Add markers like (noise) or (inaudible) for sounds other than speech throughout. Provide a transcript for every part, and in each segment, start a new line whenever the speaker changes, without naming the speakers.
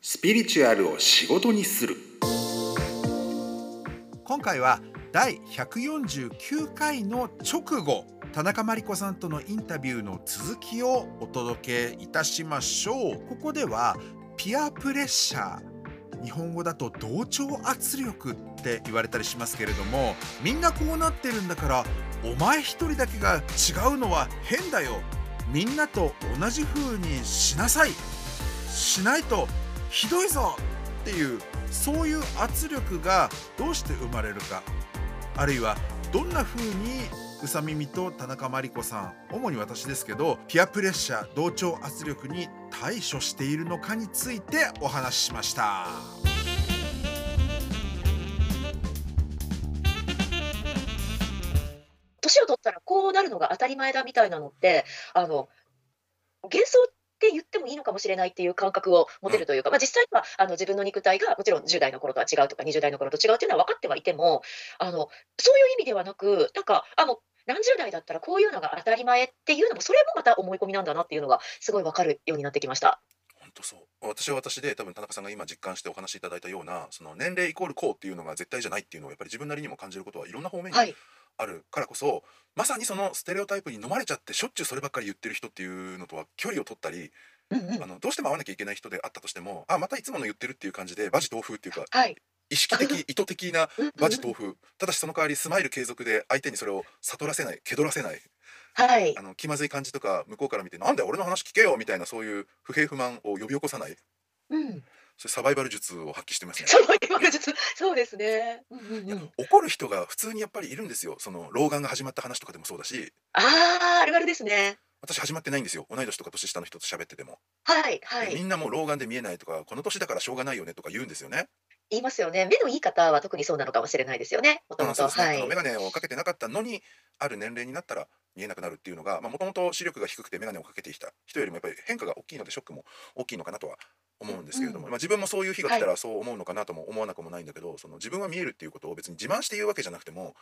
スピリチュアルを仕事にする
今回は第149回の直後田中真理子さんとのインタビューの続きをお届けいたしましょうここではピアプレッシャー日本語だと同調圧力って言われたりしますけれどもみんなこうなってるんだからお前一人だけが違うのは変だよみんなと同じ風にしなさいしないとひどいぞっていうそういう圧力がどうして生まれるかあるいはどんな風に宇佐美美と田中真理子さん主に私ですけどピアプレッシャー同調圧力に対処しているのかについてお話ししました
年を取ったらこうなるのが当たり前だみたいなのってあの幻想って言ってもいいのかもしれないっていう感覚を持てるというか、まあ、実際にはあの自分の肉体がもちろん10代の頃とは違うとか20代の頃と違うっていうのは分かってはいてもあのそういう意味ではなくなんかあの何十代だったらこういうのが当たり前っていうのもそれもまた思い込みなんだなっていうのがすごい分かるようになってきました。
本当そう私は私で多分田中さんが今実感してお話しいただいたようなその年齢イコールこうっていうのが絶対じゃないっていうのをやっぱり自分なりにも感じることはいろんな方面に
はい、
あるからこそ、まさにそのステレオタイプに飲まれちゃってしょっちゅうそればっかり言ってる人っていうのとは距離を取ったり
うんうん
あのどうしても会わなきゃいけない人であったとしてもあまたいつもの言ってるっていう感じでバジ豆腐っていうか
はい
意識
(laughs)
的意図的な
うんうん
バジ豆腐ただしその代わりスマイル継続で相手にそれを悟らせない蹴取らせない
はい
あの気まずい感じとか向こうから見てなんで俺の話聞けよみたいなそういう不平不満を呼び起こさない
うん、
そういうサバイバル術を発揮してますね。
そう今の術そうですね。うんうんうん、
怒る人が普通にやっぱりいるんですよその老眼が始まった話とかでもそうだし
あああるあるですね。
私始まってないんですよ同い年とか年下の人と喋ってても、
はいは
でみ
い
んなもう老眼で見えないとかこの年だからしょうがないよねとか言うんですよね。
言いますよね。目のいい方は特にそうなのかもしれないですよね。もと
あ
も
そう
と
ですね、
は
あ
い
の眼鏡をかけてなかったのにある年齢になったら見えなくなるっていうのがもともと視力が低くて眼鏡をかけてきた人よりもやっぱり変化が大きいのでショックも大きいのかなとは思うんですけれども、
う
まあ、自分もそういう日が来たらそう思うのかなとも思わなくもないんだけど、その自分は見えるっていうことを別に自慢して言うわけじゃなくても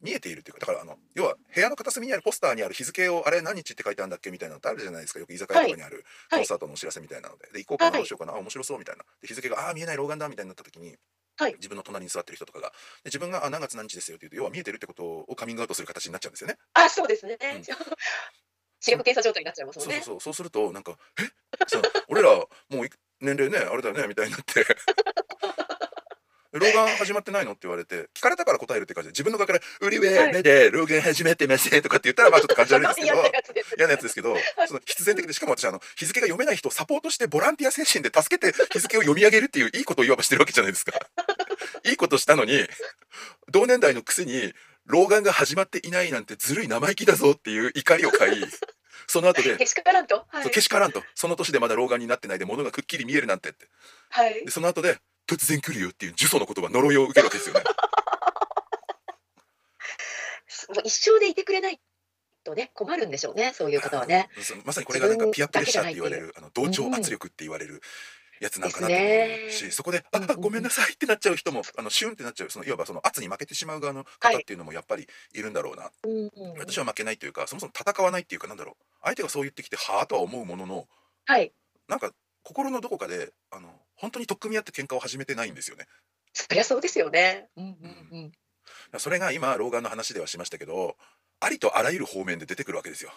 見えているっていうかだからあの要は部屋の片隅にあるポスターにある日付をあれ何日って書いてあるんだっけみたいなのってあるじゃないですかよく居酒屋とかにある
はい
コンサートのお知らせみたいなので,、で行こうかな
はい
どうしようかな、あ面白そうみたいなで日付があー見えない老眼だみたいになった時に、
はい
自分の隣に座ってる人とかがで自分があ何月何日ですよって言うと要は見えてるってことをカミングアウトする形になっちゃうんですよね。
あそうですね。
うん
視力検査状態になっちゃいますも
そ
ん
う
ね。
そうそうそうするとなんか「えそう俺らもうい年齢ねあれだよね」みたいになって (laughs) 「老眼始まってないの?」って言われて聞かれたから答えるって感じで自分の側から「売り
は
上
い
目で老眼始めてます」とかって言ったらまあちょっと感じ悪いんですけど
嫌な (laughs) やつですね
嫌なやつです
(laughs)
けどその必然的でしかも私あの日付が読めない人をサポートしてボランティア精神で助けて日付を読み上げるっていういいことをいわばしてるわけじゃないです
(laughs)
か。いいことしたのに同年代のくせに老眼が始まっていないなんてずるい生意気だぞっていう怒りを買いその後で
けしからんと。 (laughs) はい
そう。けしからんとその年でまだ老眼になってないで物がくっきり見えるなんてって
はい
で。その後で突然来るよっていう呪詛の言葉呪いを受けるわけですよね
もう一生でいてくれないとね困るんでしょうね。そういう方はね。
そうまさにこれがなんかピアプレッシャーって言われるあの同調
うん
圧力って言われるやつなんかなと思う
です
し、
ね
そこで「あ
うんうんうん
ごめんなさい」ってなっちゃう人もあのシュンってなっちゃうそのいわばその圧に負けてしまう側の方っていうのもやっぱりいるんだろうな、
うん。
私は負けないというかそもそも戦わないっていうかなんだろう相手がそう言ってきてはあとは思うものの
はい。
なんか心のどこかであの本当に取っ組み合って喧嘩を始めてないんですよね。
そりゃそうですよね。うんうんうん。
それが今老眼の話ではしましたけどありとあらゆる方面で出てくるわけですよ。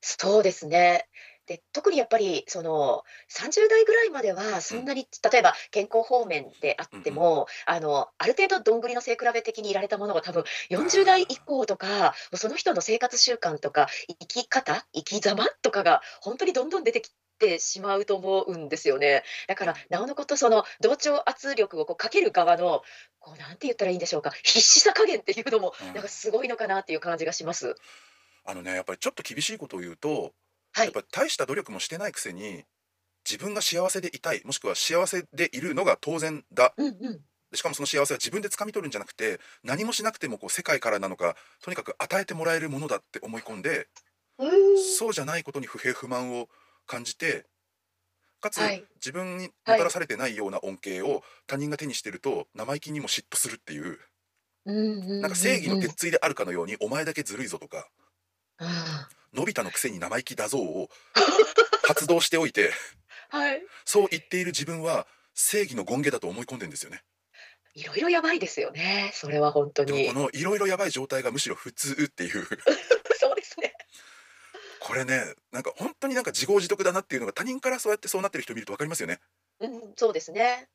そうですね。で特にやっぱりその30代ぐらいまではそんなに、例えば健康方面であっても、あのある程度どんぐりの背比べ的にいられたものが多分40代以降とかもうその人の生活習慣とか生き方生き様とかが本当にどんどん出てきてしまうと思うんですよね。だからなおのことその同調圧力をこうかける側のこうなんて言ったらいいんでしょうか必死さ加減っていうのも
うん
なんかすごいのかなっていう感じがします。
あのねやっぱりちょっと厳しいことを言うと、
はい
やっぱり大した努力もしてないくせに自分が幸せでいたいもしくは幸せでいるのが当然だ
うんうん。
しかもその幸せは自分で掴み取るんじゃなくて何もしなくてもこう世界からなのかとにかく与えてもらえるものだって思い込んで
うん
そうじゃないことに不平不満を感じてかつ、
はい
自分にもたらされてないような恩恵を他人が手にしてると生意気にも嫉妬するっていう。
な
なんか正義の鉄槌であるかのように「お前だけずるいぞ」とか
は
「のび太のくせに生意気だぞ」を発動しておいて
い。
そう言っている自分は正義の権下だと思い込んでんですよね。
いろいろやばいですよね。それは本当
でも
に
こ。のいろいろやばい状態がむしろ普通っていう
(laughs)
(laughs)
そうですね。
これねなんか本当になんか自業自得だなっていうのが他人からそうやってそうなってる人見ると分かりますよね。
うん、そうですね。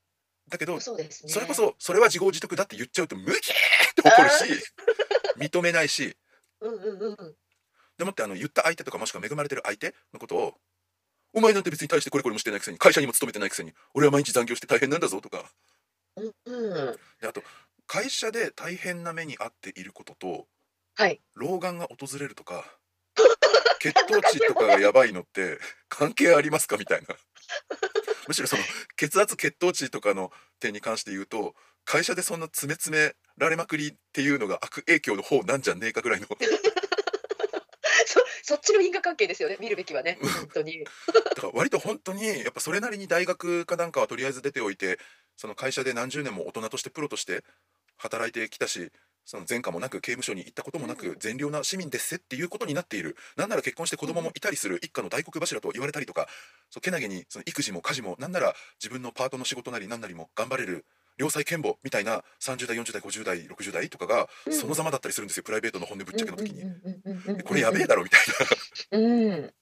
だけど
そうですね。
それこ、そそれは自業自得だって言っちゃうとムキーって怒るし
(laughs)
認めないし
うんうんうんうん。
でもってあの言った相手とかもしくは恵まれてる相手のことを「お前なんて別に大してこれこれもしてないくせに会社にも勤めてないくせに俺は毎日残業して大変なんだぞ」とか
うんうん。
であと会社で大変な目に遭っていることと、
はい
老眼が訪れるとか血糖値とかがやばいのって (laughs) 関係ありますかみた
(laughs)
いなむしろその血圧血糖値とかの点に関して言うと会社でそんな詰め詰められまくりっていうのが悪影響の方なんじゃねえかぐらいのだ
そ、そっちの因果関係ですよね。見るべきはね。本当に。
から割と本当にやっぱそれなりに大学かなんかはとりあえず出ておいてその会社で何十年も大人としてプロとして働いてきたしその前科もなく刑務所に行ったこともな
う
く
ん
善良な市民ですせっていうことになっているなんなら結婚して子供もいたりする一家の大黒柱と言われたりとかそうけなげにその育児も家事もなんなら自分のパートの仕事なりなんなりも頑張れる良妻賢母みたいな30代40代50代60代とかが
うん
そのざまだったりするんですよプライベートの本音ぶっちゃけの時に。
に
これやべえ。だろみたいな
うん。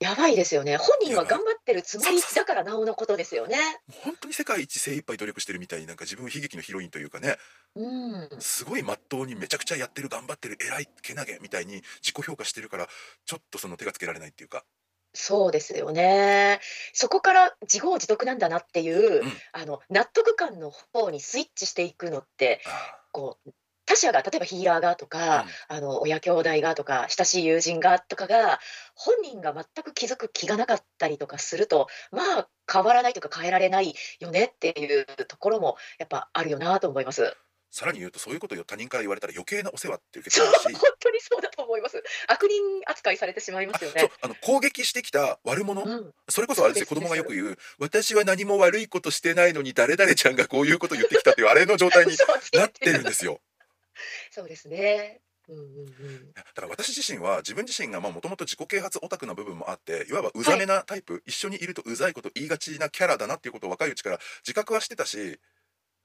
やばいですよね。本人は
やばい
頑張ってるつもりだからなおのことですよね。
もう本当に世界一精一杯努力してるみたいになんか自分を悲劇のヒロインというかね
うん。
すごい真っ当にめちゃくちゃやってる頑張ってる偉いけなげみたいに自己評価してるからちょっとその手がつけられないっていうか
そうですよね。そこから自業自得なんだなっていう、
うん
あの納得感の方にスイッチしていくのって
あ
こう他者が例えばヒーラーがとか、あの親兄弟がとか親しい友人がとかが本人が全く気づく気がなかったりとかするとまあ変わらないというか変えられないよねっていうところもやっぱあるよなと思います。
さらに言うとそういうことを他人から言われたら余計なお世話っていう結
そう
果
本
だし
当にそうだと思います。悪人扱いされてしまいますよ
あそう
ね。
あの攻撃してきた悪者、
うん
それこそあれですよ
そ
子
うで
供
す
がよく言う私は何も悪いことしてないのに誰々ちゃんがこういうこと言ってきたっていうあれの状
(laughs)
態に
嘘をつけ
なってるんですよ。
そうですね。うんうんうん。
だから私自身は自分自身がもともと自己啓発オタクな部分もあっていわばうざめなタイプ、一緒にいるとうざいこと言いがちなキャラだなっていうことを若いうちから自覚はしてたし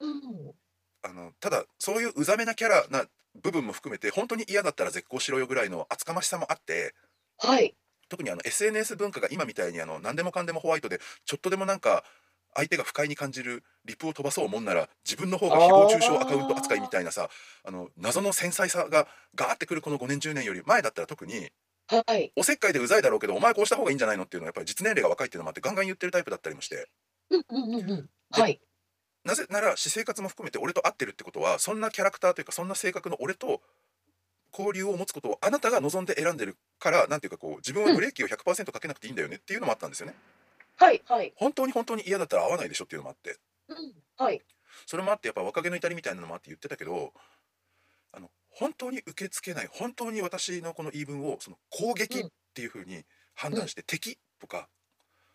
うん、
あのただそういううざめなキャラな部分も含めて本当に嫌だったら絶交しろよぐらいの厚かましさもあって
はい。
特にあの SNS 文化が今みたいにあの何でもかんでもホワイトでちょっとでもなんか相手が不快に感じるリプを飛ばそうもんなら自分の方が誹謗中傷アカウント扱いみたいなさあの謎の繊細さがガーってくるこの5年10年より前だったら特に
はい。
おせっかいでうざいだろうけどお前こうした方がいいんじゃないのっていうのはやっぱり実年齢が若いっていうのもあってガンガン言ってるタイプだったりもして
うんうんうんうん。はい。
なぜなら私生活も含めて俺と合ってるってことはそんなキャラクターというかそんな性格の俺と交流を持つことをあなたが望んで選んでるからなんていうかこう自分はブレーキを100%かけなくていいんだよねっていうのもあったんですよね。
はい。はい。
本当に本当に嫌だったら会わないでしょっていうのもあって
うん。はい。
それもあってやっぱ若気の至りみたいなのもあって言ってたけどあの本当に受け付けない本当に私のこの言い分をその攻撃っていうふうに判断して敵とか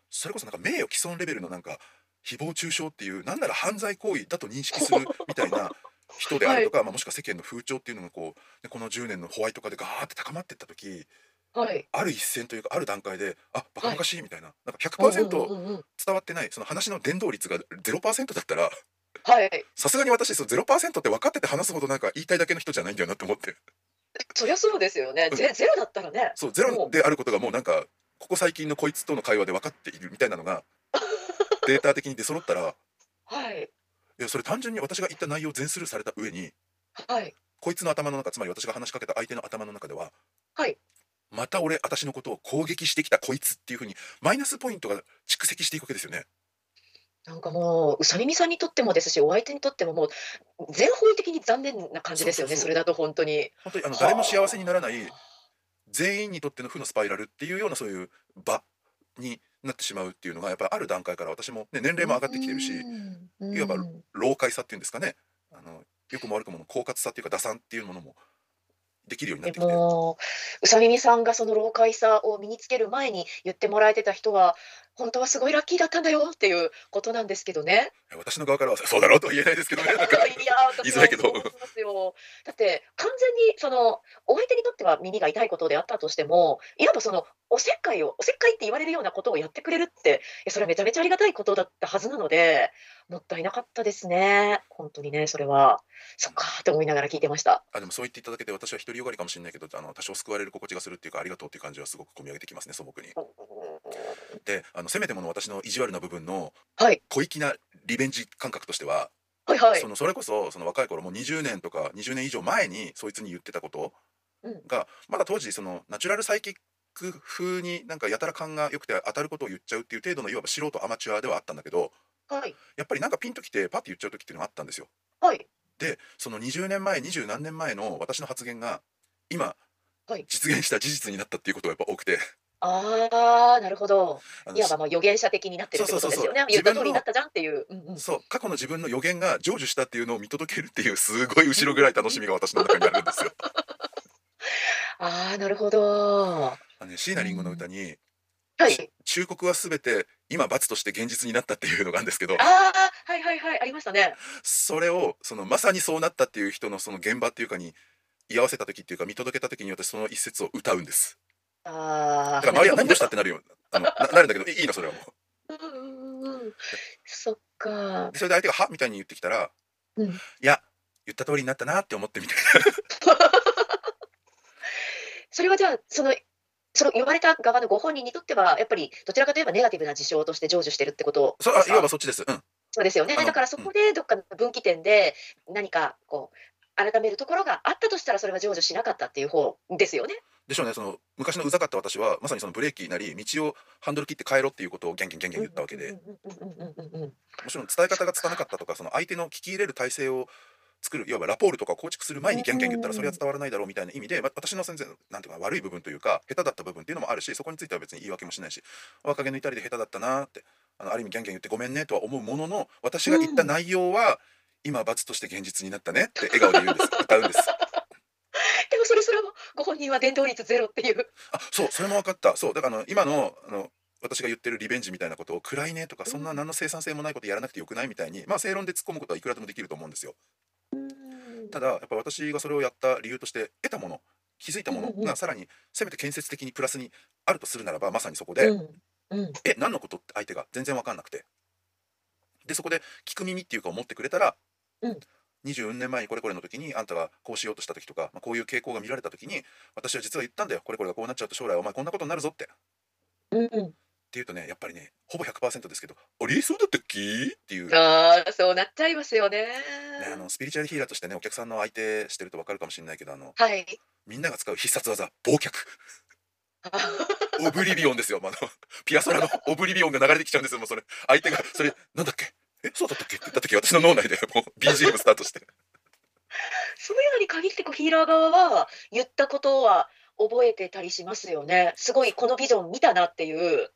それこそなんか名誉毀損レベルのなんか誹謗中傷っていうなんなら犯罪行為だと認識す (laughs) るみたいな人であるとか、まあ、もしくは世間の風潮っていうのがこうでこの10年のホワイト化でガーって高まっていった時
はい。
ある一線というかある段階であバカバカしいみたいな,、なんか
うん
100%
うんうんうん
伝わってないその話の伝導率が0%だったら
はい。
さすがに私その0%って分かってて話すほどなんか言いたいだけの人じゃないんだよなって思って
そりゃそうですよね。ゼゼロだったらね。
そうゼロであることがもうなんかここ最近のこいつとの会話で分かっているみたいなのがデータ的に出揃ったら
はい。
いやそれ単純に私が言った内容を全スルーされた上に
はい。
こいつの頭の中つまり私が話しかけた相手の頭の中では
はい
また俺私のことを攻撃してきたこいつっていうふうにマイナスポイントが蓄積していくわけですよね
なんかもう、うさみみさんにとってもですし、お相手にとってももう、全方位的に残念な感じですよ
そ
ね。
うそうそう
それだと本当に。
本当にあの誰も幸せにならない全員にとっての負のスパイラルっていうようなそういう場になってしまうっていうのがやっぱりある段階から私も、ね、年齢も上がってきてるし
い
いわば老快さっていうんですかねあの良くも悪くもの狡猾さっていうか打算っていうものもできるようになっ
で
てきて。
も、うさみみさんがその老快さを身につける前に言ってもらえてた人は、本当はすごいラッキーだったんだよっていうことなんですけどね。
私の側からはそうだろうとは言えないですけどね。 (laughs) なんか
いやー、
言いづらいけど
私はそう思いますよだって、完全にそのお相手にとっては耳が痛いことであったとしても、いわばそのおせっかいを、おせっかいって言われるようなことをやってくれるって、いやそれはめちゃめちゃありがたいことだったはずなので、もったいなかったですね。本当にね、それは。そっかーって思いながら聞いてました。
あでもそう言っていただけて私は独りよがりかもしれないけどあの多少救われる心地がするっていうかありがとうっていう感じはすごく込み上げてきますね素朴に。
うん
であのせめてもの私の意地悪な部分の
はい
小粋なリベンジ感覚としては、
はいはい。
そのそれこそその若い頃もう20年とか20年以上前にそいつに言ってたこと
うん
が、まだ当時そのナチュラルサイキック風になんかやたら感が良くて当たることを言っちゃうっていう程度のいわば素人アマチュアではあったんだけど
はい。
やっぱりなんかピンときてパッて言っちゃう時っていうのがあったんですよ。
はい。
でその20年前20何年前の私の発言が今、
はい
実現した事実になったっていうことがやっぱ多くて
ああ、なるほど。
あの
いわばもう予言者的になってるってことですよ
そうそ
ね。
うそうそう
言った通りになったじゃんっていう。うんうん
そう過去の自分の予言が成就したっていうのを見届けるっていうすごい後ろぐらい楽しみが私の中にあるんですよ。
ああ、なるほど。
あのね椎名林檎の歌に
はい。
忠告は全て今罰として現実になったっていうのがあるんですけど
ああ、はいはいはい、ありましたね。
それをそのまさにそうなったっていう人のその現場っていうかに居合わせた時っていうか見届けた時に私その一節を歌うんです
ああ。
だから周りは何をしたってなるよあのなな (laughs) るんだけどいいいのそれはもう
うんうんうんうん (laughs) そっか。
でそれで相手が「は」みたいに言ってきたら「
うん
いや言った通りになったな」って思ってみたい
それはじゃあ、その、その呼ばれた側のご本人にとっては、やっぱりどちらかといえばネガティブな事象として成就してるってこと
なそうあいわばそっちです、うん、
そうですよね。
あの
だからそこでどっかの分岐点で何かこう、改めるところがあったとしたら、それは成就しなかったっていう方ですよね。
でしょうねその昔のうざかった私はまさにそのブレーキなり道をハンドル切って帰ろうっていうことをギャンギャンギャンギャン言ったわけで、
うんうんうんうんうんうんうん。
もちろん伝え方がつかなかったとかその相手の聞き入れる体制を作るいわばラポールとかを構築する前にギャンギャン言ったらそれは伝わらないだろうみたいな意味で、ま私の全然なんていうか悪い部分というか下手だった部分っていうのもあるしそこについては別に言い訳もしないし若気の至りで下手だったなーってあのある意味ギャンギャン言ってごめんねとは思うものの私が言った内容は、今罰として現実になったねって笑顔で言うんです歌うんです
でもそれすらもご本人は伝導率ゼロっていう。
あそうそれも分かったそうだからあの今のあの私が言ってるリベンジみたいなことを暗いねとかそんな何の生産性もないことやらなくてよくないみたいにまあ正論で突っ込むことはいくらでもできると思うんですよただやっぱ私がそれをやった理由として得たもの気づいたもの
うんうんう
がさらにせめて建設的にプラスにあるとするならばまさにそこで、
うんうん、
え何のことって相手が全然分かんなくてでそこで聞く耳っていうか思ってくれたら、
うん
24年前にこれこれの時にあんたがこうしようとした時とか、まあ、こういう傾向が見られた時に私は実は言ったんだよこれこれがこうなっちゃうと将来お前こんなことになるぞってって
うんうん
言うとねやっぱりねほぼ100%ですけど「ありえそうだったっけ?」っていう
ああ、そうなっちゃいますよね。
ねあのスピリチュアルヒーラーとしてねお客さんの相手してると分かるかもしれないけどあの
はい。
みんなが使う必殺技忘却 (laughs) オブリビオンですよ、まああの、ピアソラのオブリビオンが流れてきちゃうんですよもうそれ相手がそれなんだっけえそうだったっけって言った時私の脳内でもう BGM スタートして
そういうのに限ってこうヒーラー側は言ったことは覚えてたりしますよね。すごいこのビジョン見たなっていう。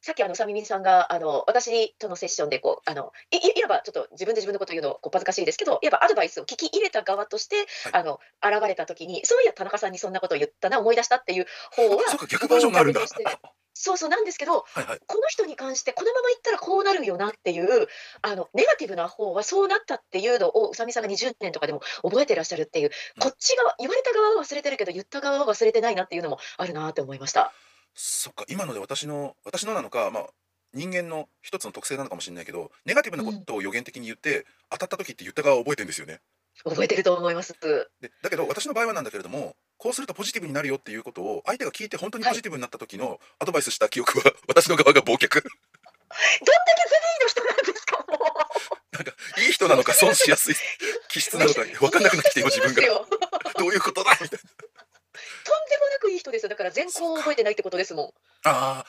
さっきあのサミミさんがあの私とのセッションでこうあのいいいわばちょっと自分で自分のこと言うのこう恥ずかしいですけどいわばアドバイスを聞き入れた側として、
は
あの現れた時にそういや田中さんにそんなこと言ったな思い出したっていう方は
(laughs) そうか逆バージョンがあるんだ
こういう形としてそうそうなんですけど
はいはい
この人に関してこのままいったらこうなるよなっていうあのネガティブな方はそうなったっていうのを宇佐美さんが20年とかでも覚えてらっしゃるっていうこっち側言われた側は忘れてるけど言った側は忘れてないなっていうのもあるなって思いました。
そっか今ので私の私のなのかまあ人間の一つの特性なのかもしれないけどネガティブなことを予言的に言って、当たった時って言った側は覚えてるんですよね
覚えてると思います。
でだけど私の場合はなんだけれどもこうするとポジティブになるよっていうことを相手が聞いて本当にポジティブになった時のアドバイスした記憶は私の側が忘却
どんだけ善意の人なんですかもう
なんかいい人なのか損しやすい気質なのか分かんなくなってき
(laughs)
てよ自分が
いい人ですよとんで
どういうことだみたい
もなくいい人ですよ。だから全行を覚えてないってことで
(laughs)
すもん。
な。ああ。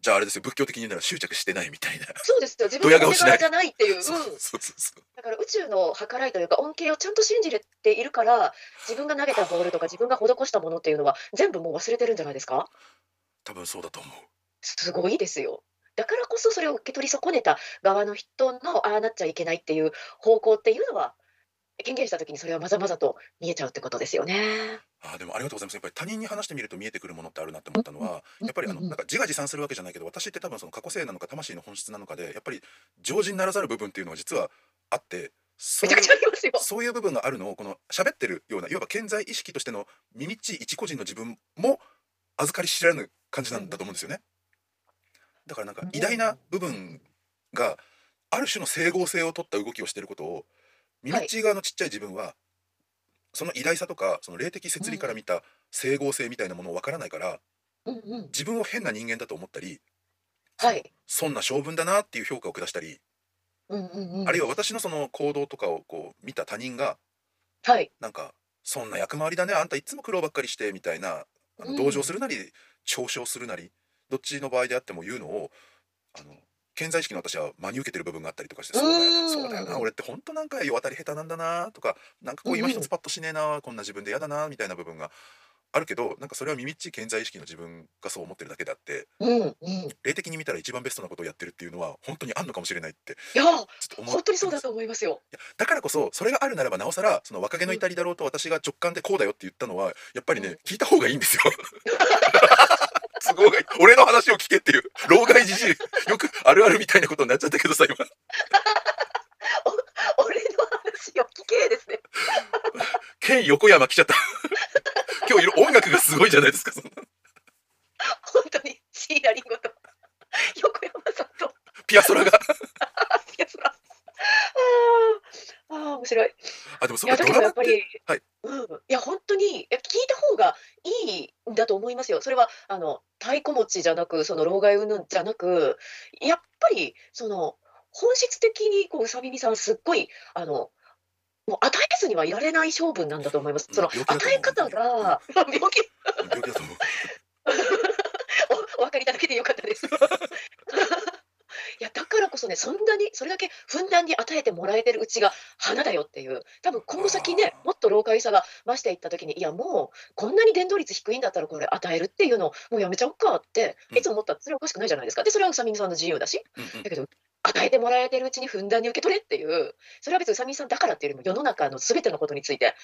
じゃああれですよ、仏教的に言うなら執着してないみたいな。
そうですよ。自分
ドヤ
の
顔
手
しない
柄じゃないっていう。うん
そうそうそうそう。
だから宇宙の計らいというか恩恵をちゃんと信じれているから自分が投げたボールとか自分が施したものっていうのは全部もう忘れてるんじゃないですか
多分そうだと思う。
すごいですよ。だからこそそれを受け取り損ねた側の人のああなっちゃいけないっていう方向っていうのは権限した時にそれはまざまざと見えちゃうってことですよね。
あーでもありがとうございますやっぱり他人に話してみると見えてくるものってあるなって思ったのはやっぱりあの
うんうん
なんか自画自賛するわけじゃないけど私って多分その過去性なのか魂の本質なのかでやっぱり常人ならざる部分っていうのは実はあってそ
め
う
ち
い
ゃ
う
くちゃありますよ。
そういう部分があるのをこの喋ってるようないわば健在意識としての耳っちい一個人の自分も預かり知らぬ感じなんだと思うんですよね。だからなんか偉大な部分がある種の整合性を取った動きをしていることを耳っちい側のちっちゃい自分はその偉大さとかその霊的摂理から見た整合性みたいなものをわからないから
うんうん。
自分を変な人間だと思ったり
はい。
そんな性分だなっていう評価を下したり
うんうんうん。
あるいは私のその行動とかをこう見た他人が
はい。
なんかそんな役回りだねあんたいつも苦労ばっかりしてみたいなあ
う
の
ん
同情するなり、嘲笑するなりどっちの場合であっても言うのをあの健在意識の私は真に受けてる部分があったりとかして
う
そ
ん
うだよそうだよな俺って本当なんか世渡り下手なんだなとかなんかこう今一つパッとしねえな、こんな自分で嫌だなみたいな部分があるけどなんかそれは耳っちい健在意識の自分がそう思ってるだけであって
うんうん。い
霊的に見たら一番ベストなことをやってるっていうのは本当にあんのかもしれないって
や
ちょっと思って
本当にそうだと思いますよ。
だからこそそれがあるならばなおさらその若気の至りだろうと私が直感でこうだよって言ったのはやっぱりね、
うん
聞いた方がいいんですよ。都合がいい (laughs) 俺の話を聞けっていう老害じじいよくあるあるみたいなことになっちゃったけどさ今
(laughs) 俺の話を聞けですね。
県横山来ちゃった (laughs) 今日いろ音楽がすごいじゃないですかその
本当にシーラリンゴと横山さんと
ピアソラが
アスヤスが。あーあー面白い。
あでもそ
い
れド
やだけ
ラ
ど
マ
やっ
っ
ぱ
て
り、
はい
うん、いや本当にいや聞いた方がいいんだと思いますよ。それはあの太鼓持ちじゃなくその老害云々じゃなくやっぱりその本質的にこううさみみさんすっごいあのもう与えずにはいられない性分なんだと思います。
うん
その
病気だと
与
思う
え方が、病気
病気だと思う
おお分 (laughs) かりいただけてよかったです。い (laughs) やだからこそねそんなにそれだけふんだんに与えてもらえてるうちが花だよっていう多分この先ね
あー
もっと老化さが増していった時にいやもうこんなに伝導率低いんだったらこれ与えるっていうのをもうやめちゃおうかって
うん
いつも思ったらそれはおかしくないじゃないですかでそれはうさみんさんの自由だし
うんうん
だけど与えてもらえてるうちにふんだんに受け取れっていうそれは別にうさみんさんだからっていうよりも世の中の全てのことについて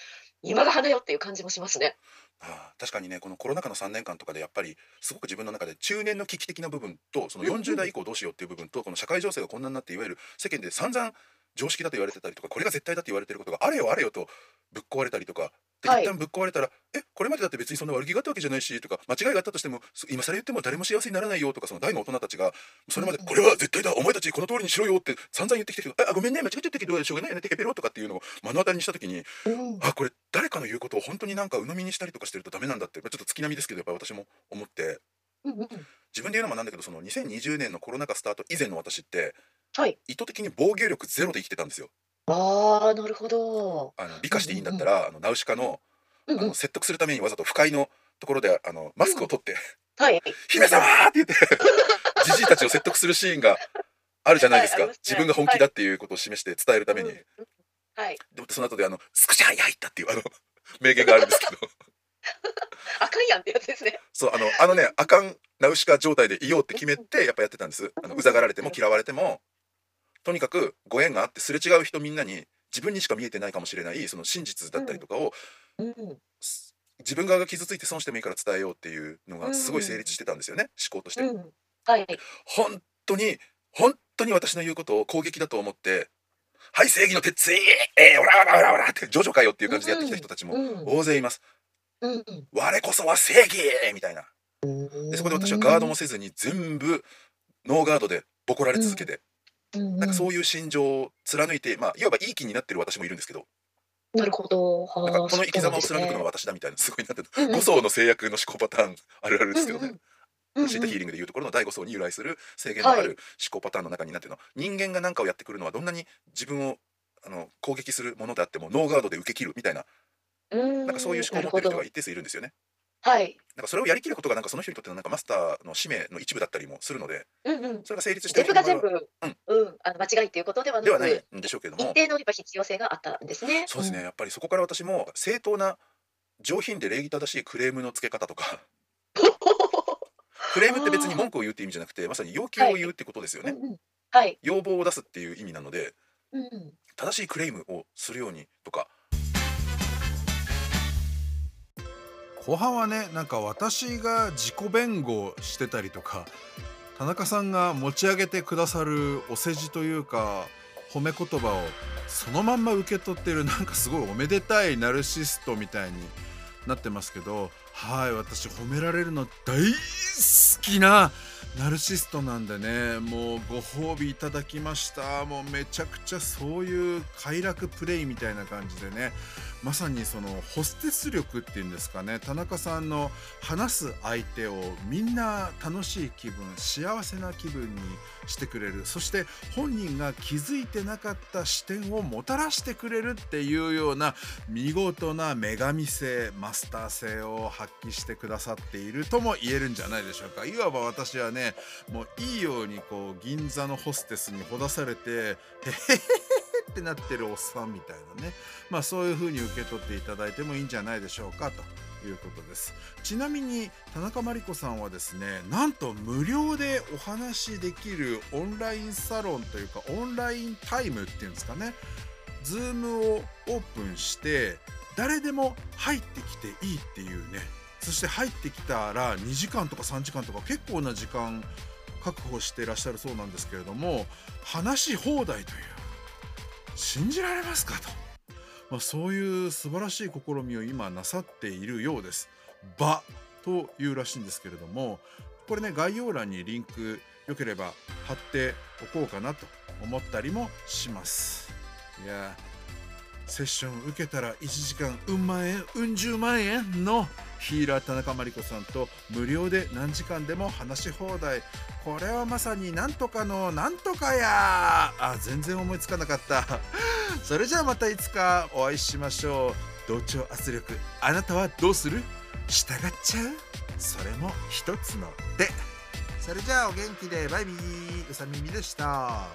今が花よっていう感じもしますね。
ああ確かにねこのコロナ禍の3年間とかでやっぱりすごく自分の中で中年の危機的な部分とその
うんうん
40代以降どうしようっていう部分とこの社会情勢がこんなになっていわゆる世間で散々常識だと言われてたりとかこれが絶対だと言われてることがあれよあれよとぶっ壊れたりとかで
はい
一旦ぶっ壊れたら、えこれまでだって別にそんな悪気があったわけじゃないしとか間違いがあったとしてもそ今更言っても誰も幸せにならないよとかその大の大人たちがそれまで
うんうん
これは絶対だお前たちこの通りにしろよって散々言ってきてるあごめんね間違っちゃったけどしょうがないよねテケペロとかっていうのを目の当たりにした時に
うん
あこれ誰かの言うことを本当になんか鵜呑みにしたりとかしてるとダメなんだってまあちょっと月並みですけどやっぱり私も思って
うんうんうん
自分で言うのもなんだけどその2020年のコロナ禍スタート以前の私って
はい、
意図的に防御力ゼロで生きてたんですよ。
あーなるほど。
あの美化していいんだったら、あのナウシカの
う
あ
んうん
の説得するためにわざと不快のところであのマスクを取って
はい。
「姫様!」って言
(laughs)
ってじじいたちを説得するシーンがあるじゃないですか、
はいありますね
自分が本気だっていうことを示して伝えるために、
うんはい。
でその後であの「少し早いった」っていうあの名言があるんですけど
あかんやんってやつですね。
そうあのあのねあかんナウシカ状態でいようって決めてやっぱやってたんですあのうざがられても嫌われてもとにかくご縁があってすれ違う人みんなに自分にしか見えてないかもしれないその真実だったりとかを、
うん。
す自分側が傷ついて損してもいいから伝えようっていうのがすごい成立してたんですよね、思考として、
うん。はい。
本当に本当に私の言うことを攻撃だと思って「はい正義の鉄槌えー、オラオラオラオラ」って「ジョジョかよ」っていう感じでやってきた人たち
う
も
ん。
大勢います
うん。
「我こそは正義!」みたいな
うん
でそこで私はガードも。せずに全部ノーガードでボコられ続けて、
な
なんかそうういう心情を貫いて、まあ、いわばいい気になってる私もいるんですけど、
ん。なるほど。は
なんかこの生き様を貫くのは私だみたいな、すごいなんていうの、5層の制約の思考パターンあるあるですけどね、
うんうん
シータヒーリングでいうところの第5層に由来する制限のあ
はい
る思考パターンの中になっていうの、人間が何かをやってくるのはどんなに自分をあの攻撃するものであってもノーガードで受け切るみたいな、
うん。
なんかそういう思考を持ってる人が
なる
一定数いるんですよね。
ほどはい。
なんかそれをやりきることがなんかその人にとってのなんかマスターの使命の一部だったりもするので、
うんうん。
それが成立して
全
る人の場
部が
合は
全部
うん。
うん。あの間違いっていうことでは
では
な
な
く
い。んでしょうけど
一
も
定のやっぱ必要性があったんですね。
そうですねやっぱりそこから私も正当な上品で礼儀正しいクレームの付け方とか (laughs) クレームって別に文句を言うって意味じゃなくてまさに要求を言うってことですよ
う
ね、
ん。うんうんはい。
要望を出すっていう意味なので
うん、
正しいクレームをするようにとか
後半はねなんか私が自己弁護してたりとか田中さんが持ち上げてくださるお世辞というか褒め言葉をそのまんま受け取ってるなんかすごいおめでたいナルシストみたいになってますけどはい私褒められるの大好きなナルシストなんでねもうご褒美いただきましたもうめちゃくちゃそういう快楽プレイみたいな感じでねまさにそのホステス力っていうんですかね田中さんの話す相手をみんな楽しい気分幸せな気分にしてくれるそして本人が気づいてなかった視点をもたらしてくれるっていうような見事な女神性マスター性を発揮してくださっているとも言えるんじゃないでしょうかいわば私はねもういいようにこう銀座のホステスにほだされて「へへへへ」ってなってるおっさんみたいなねまあ、そういうふうに受け取っていただいてもいいんじゃないでしょうかということですちなみに田中真理子さんはですねなんと無料でお話しできるオンラインサロンというかオンラインタイムっていうんですかね Zoom をオープンして誰でも入ってきていいっていうねそして入ってきたら2時間とか3時間とか結構な時間確保していらっしゃるそうなんですけれども話し放題という信じられますかとまあ、そういう素晴らしい試みを今なさっているようです。場というらしいんですけれどもこれね概要欄にリンクよければ貼っておこうかなと思ったりもします。いやーセッション受けたら1時間うん万円うん十万円のヒーラー田中真理子さんと無料で何時間でも話し放題これはまさになんとかのなんとかやーあ全然思いつかなかった。 (laughs) それじゃあまたいつかお会いしましょう同調圧力あなたはどうする従っちゃうそれも一つの手それじゃあお元気でバイビーうさみみでした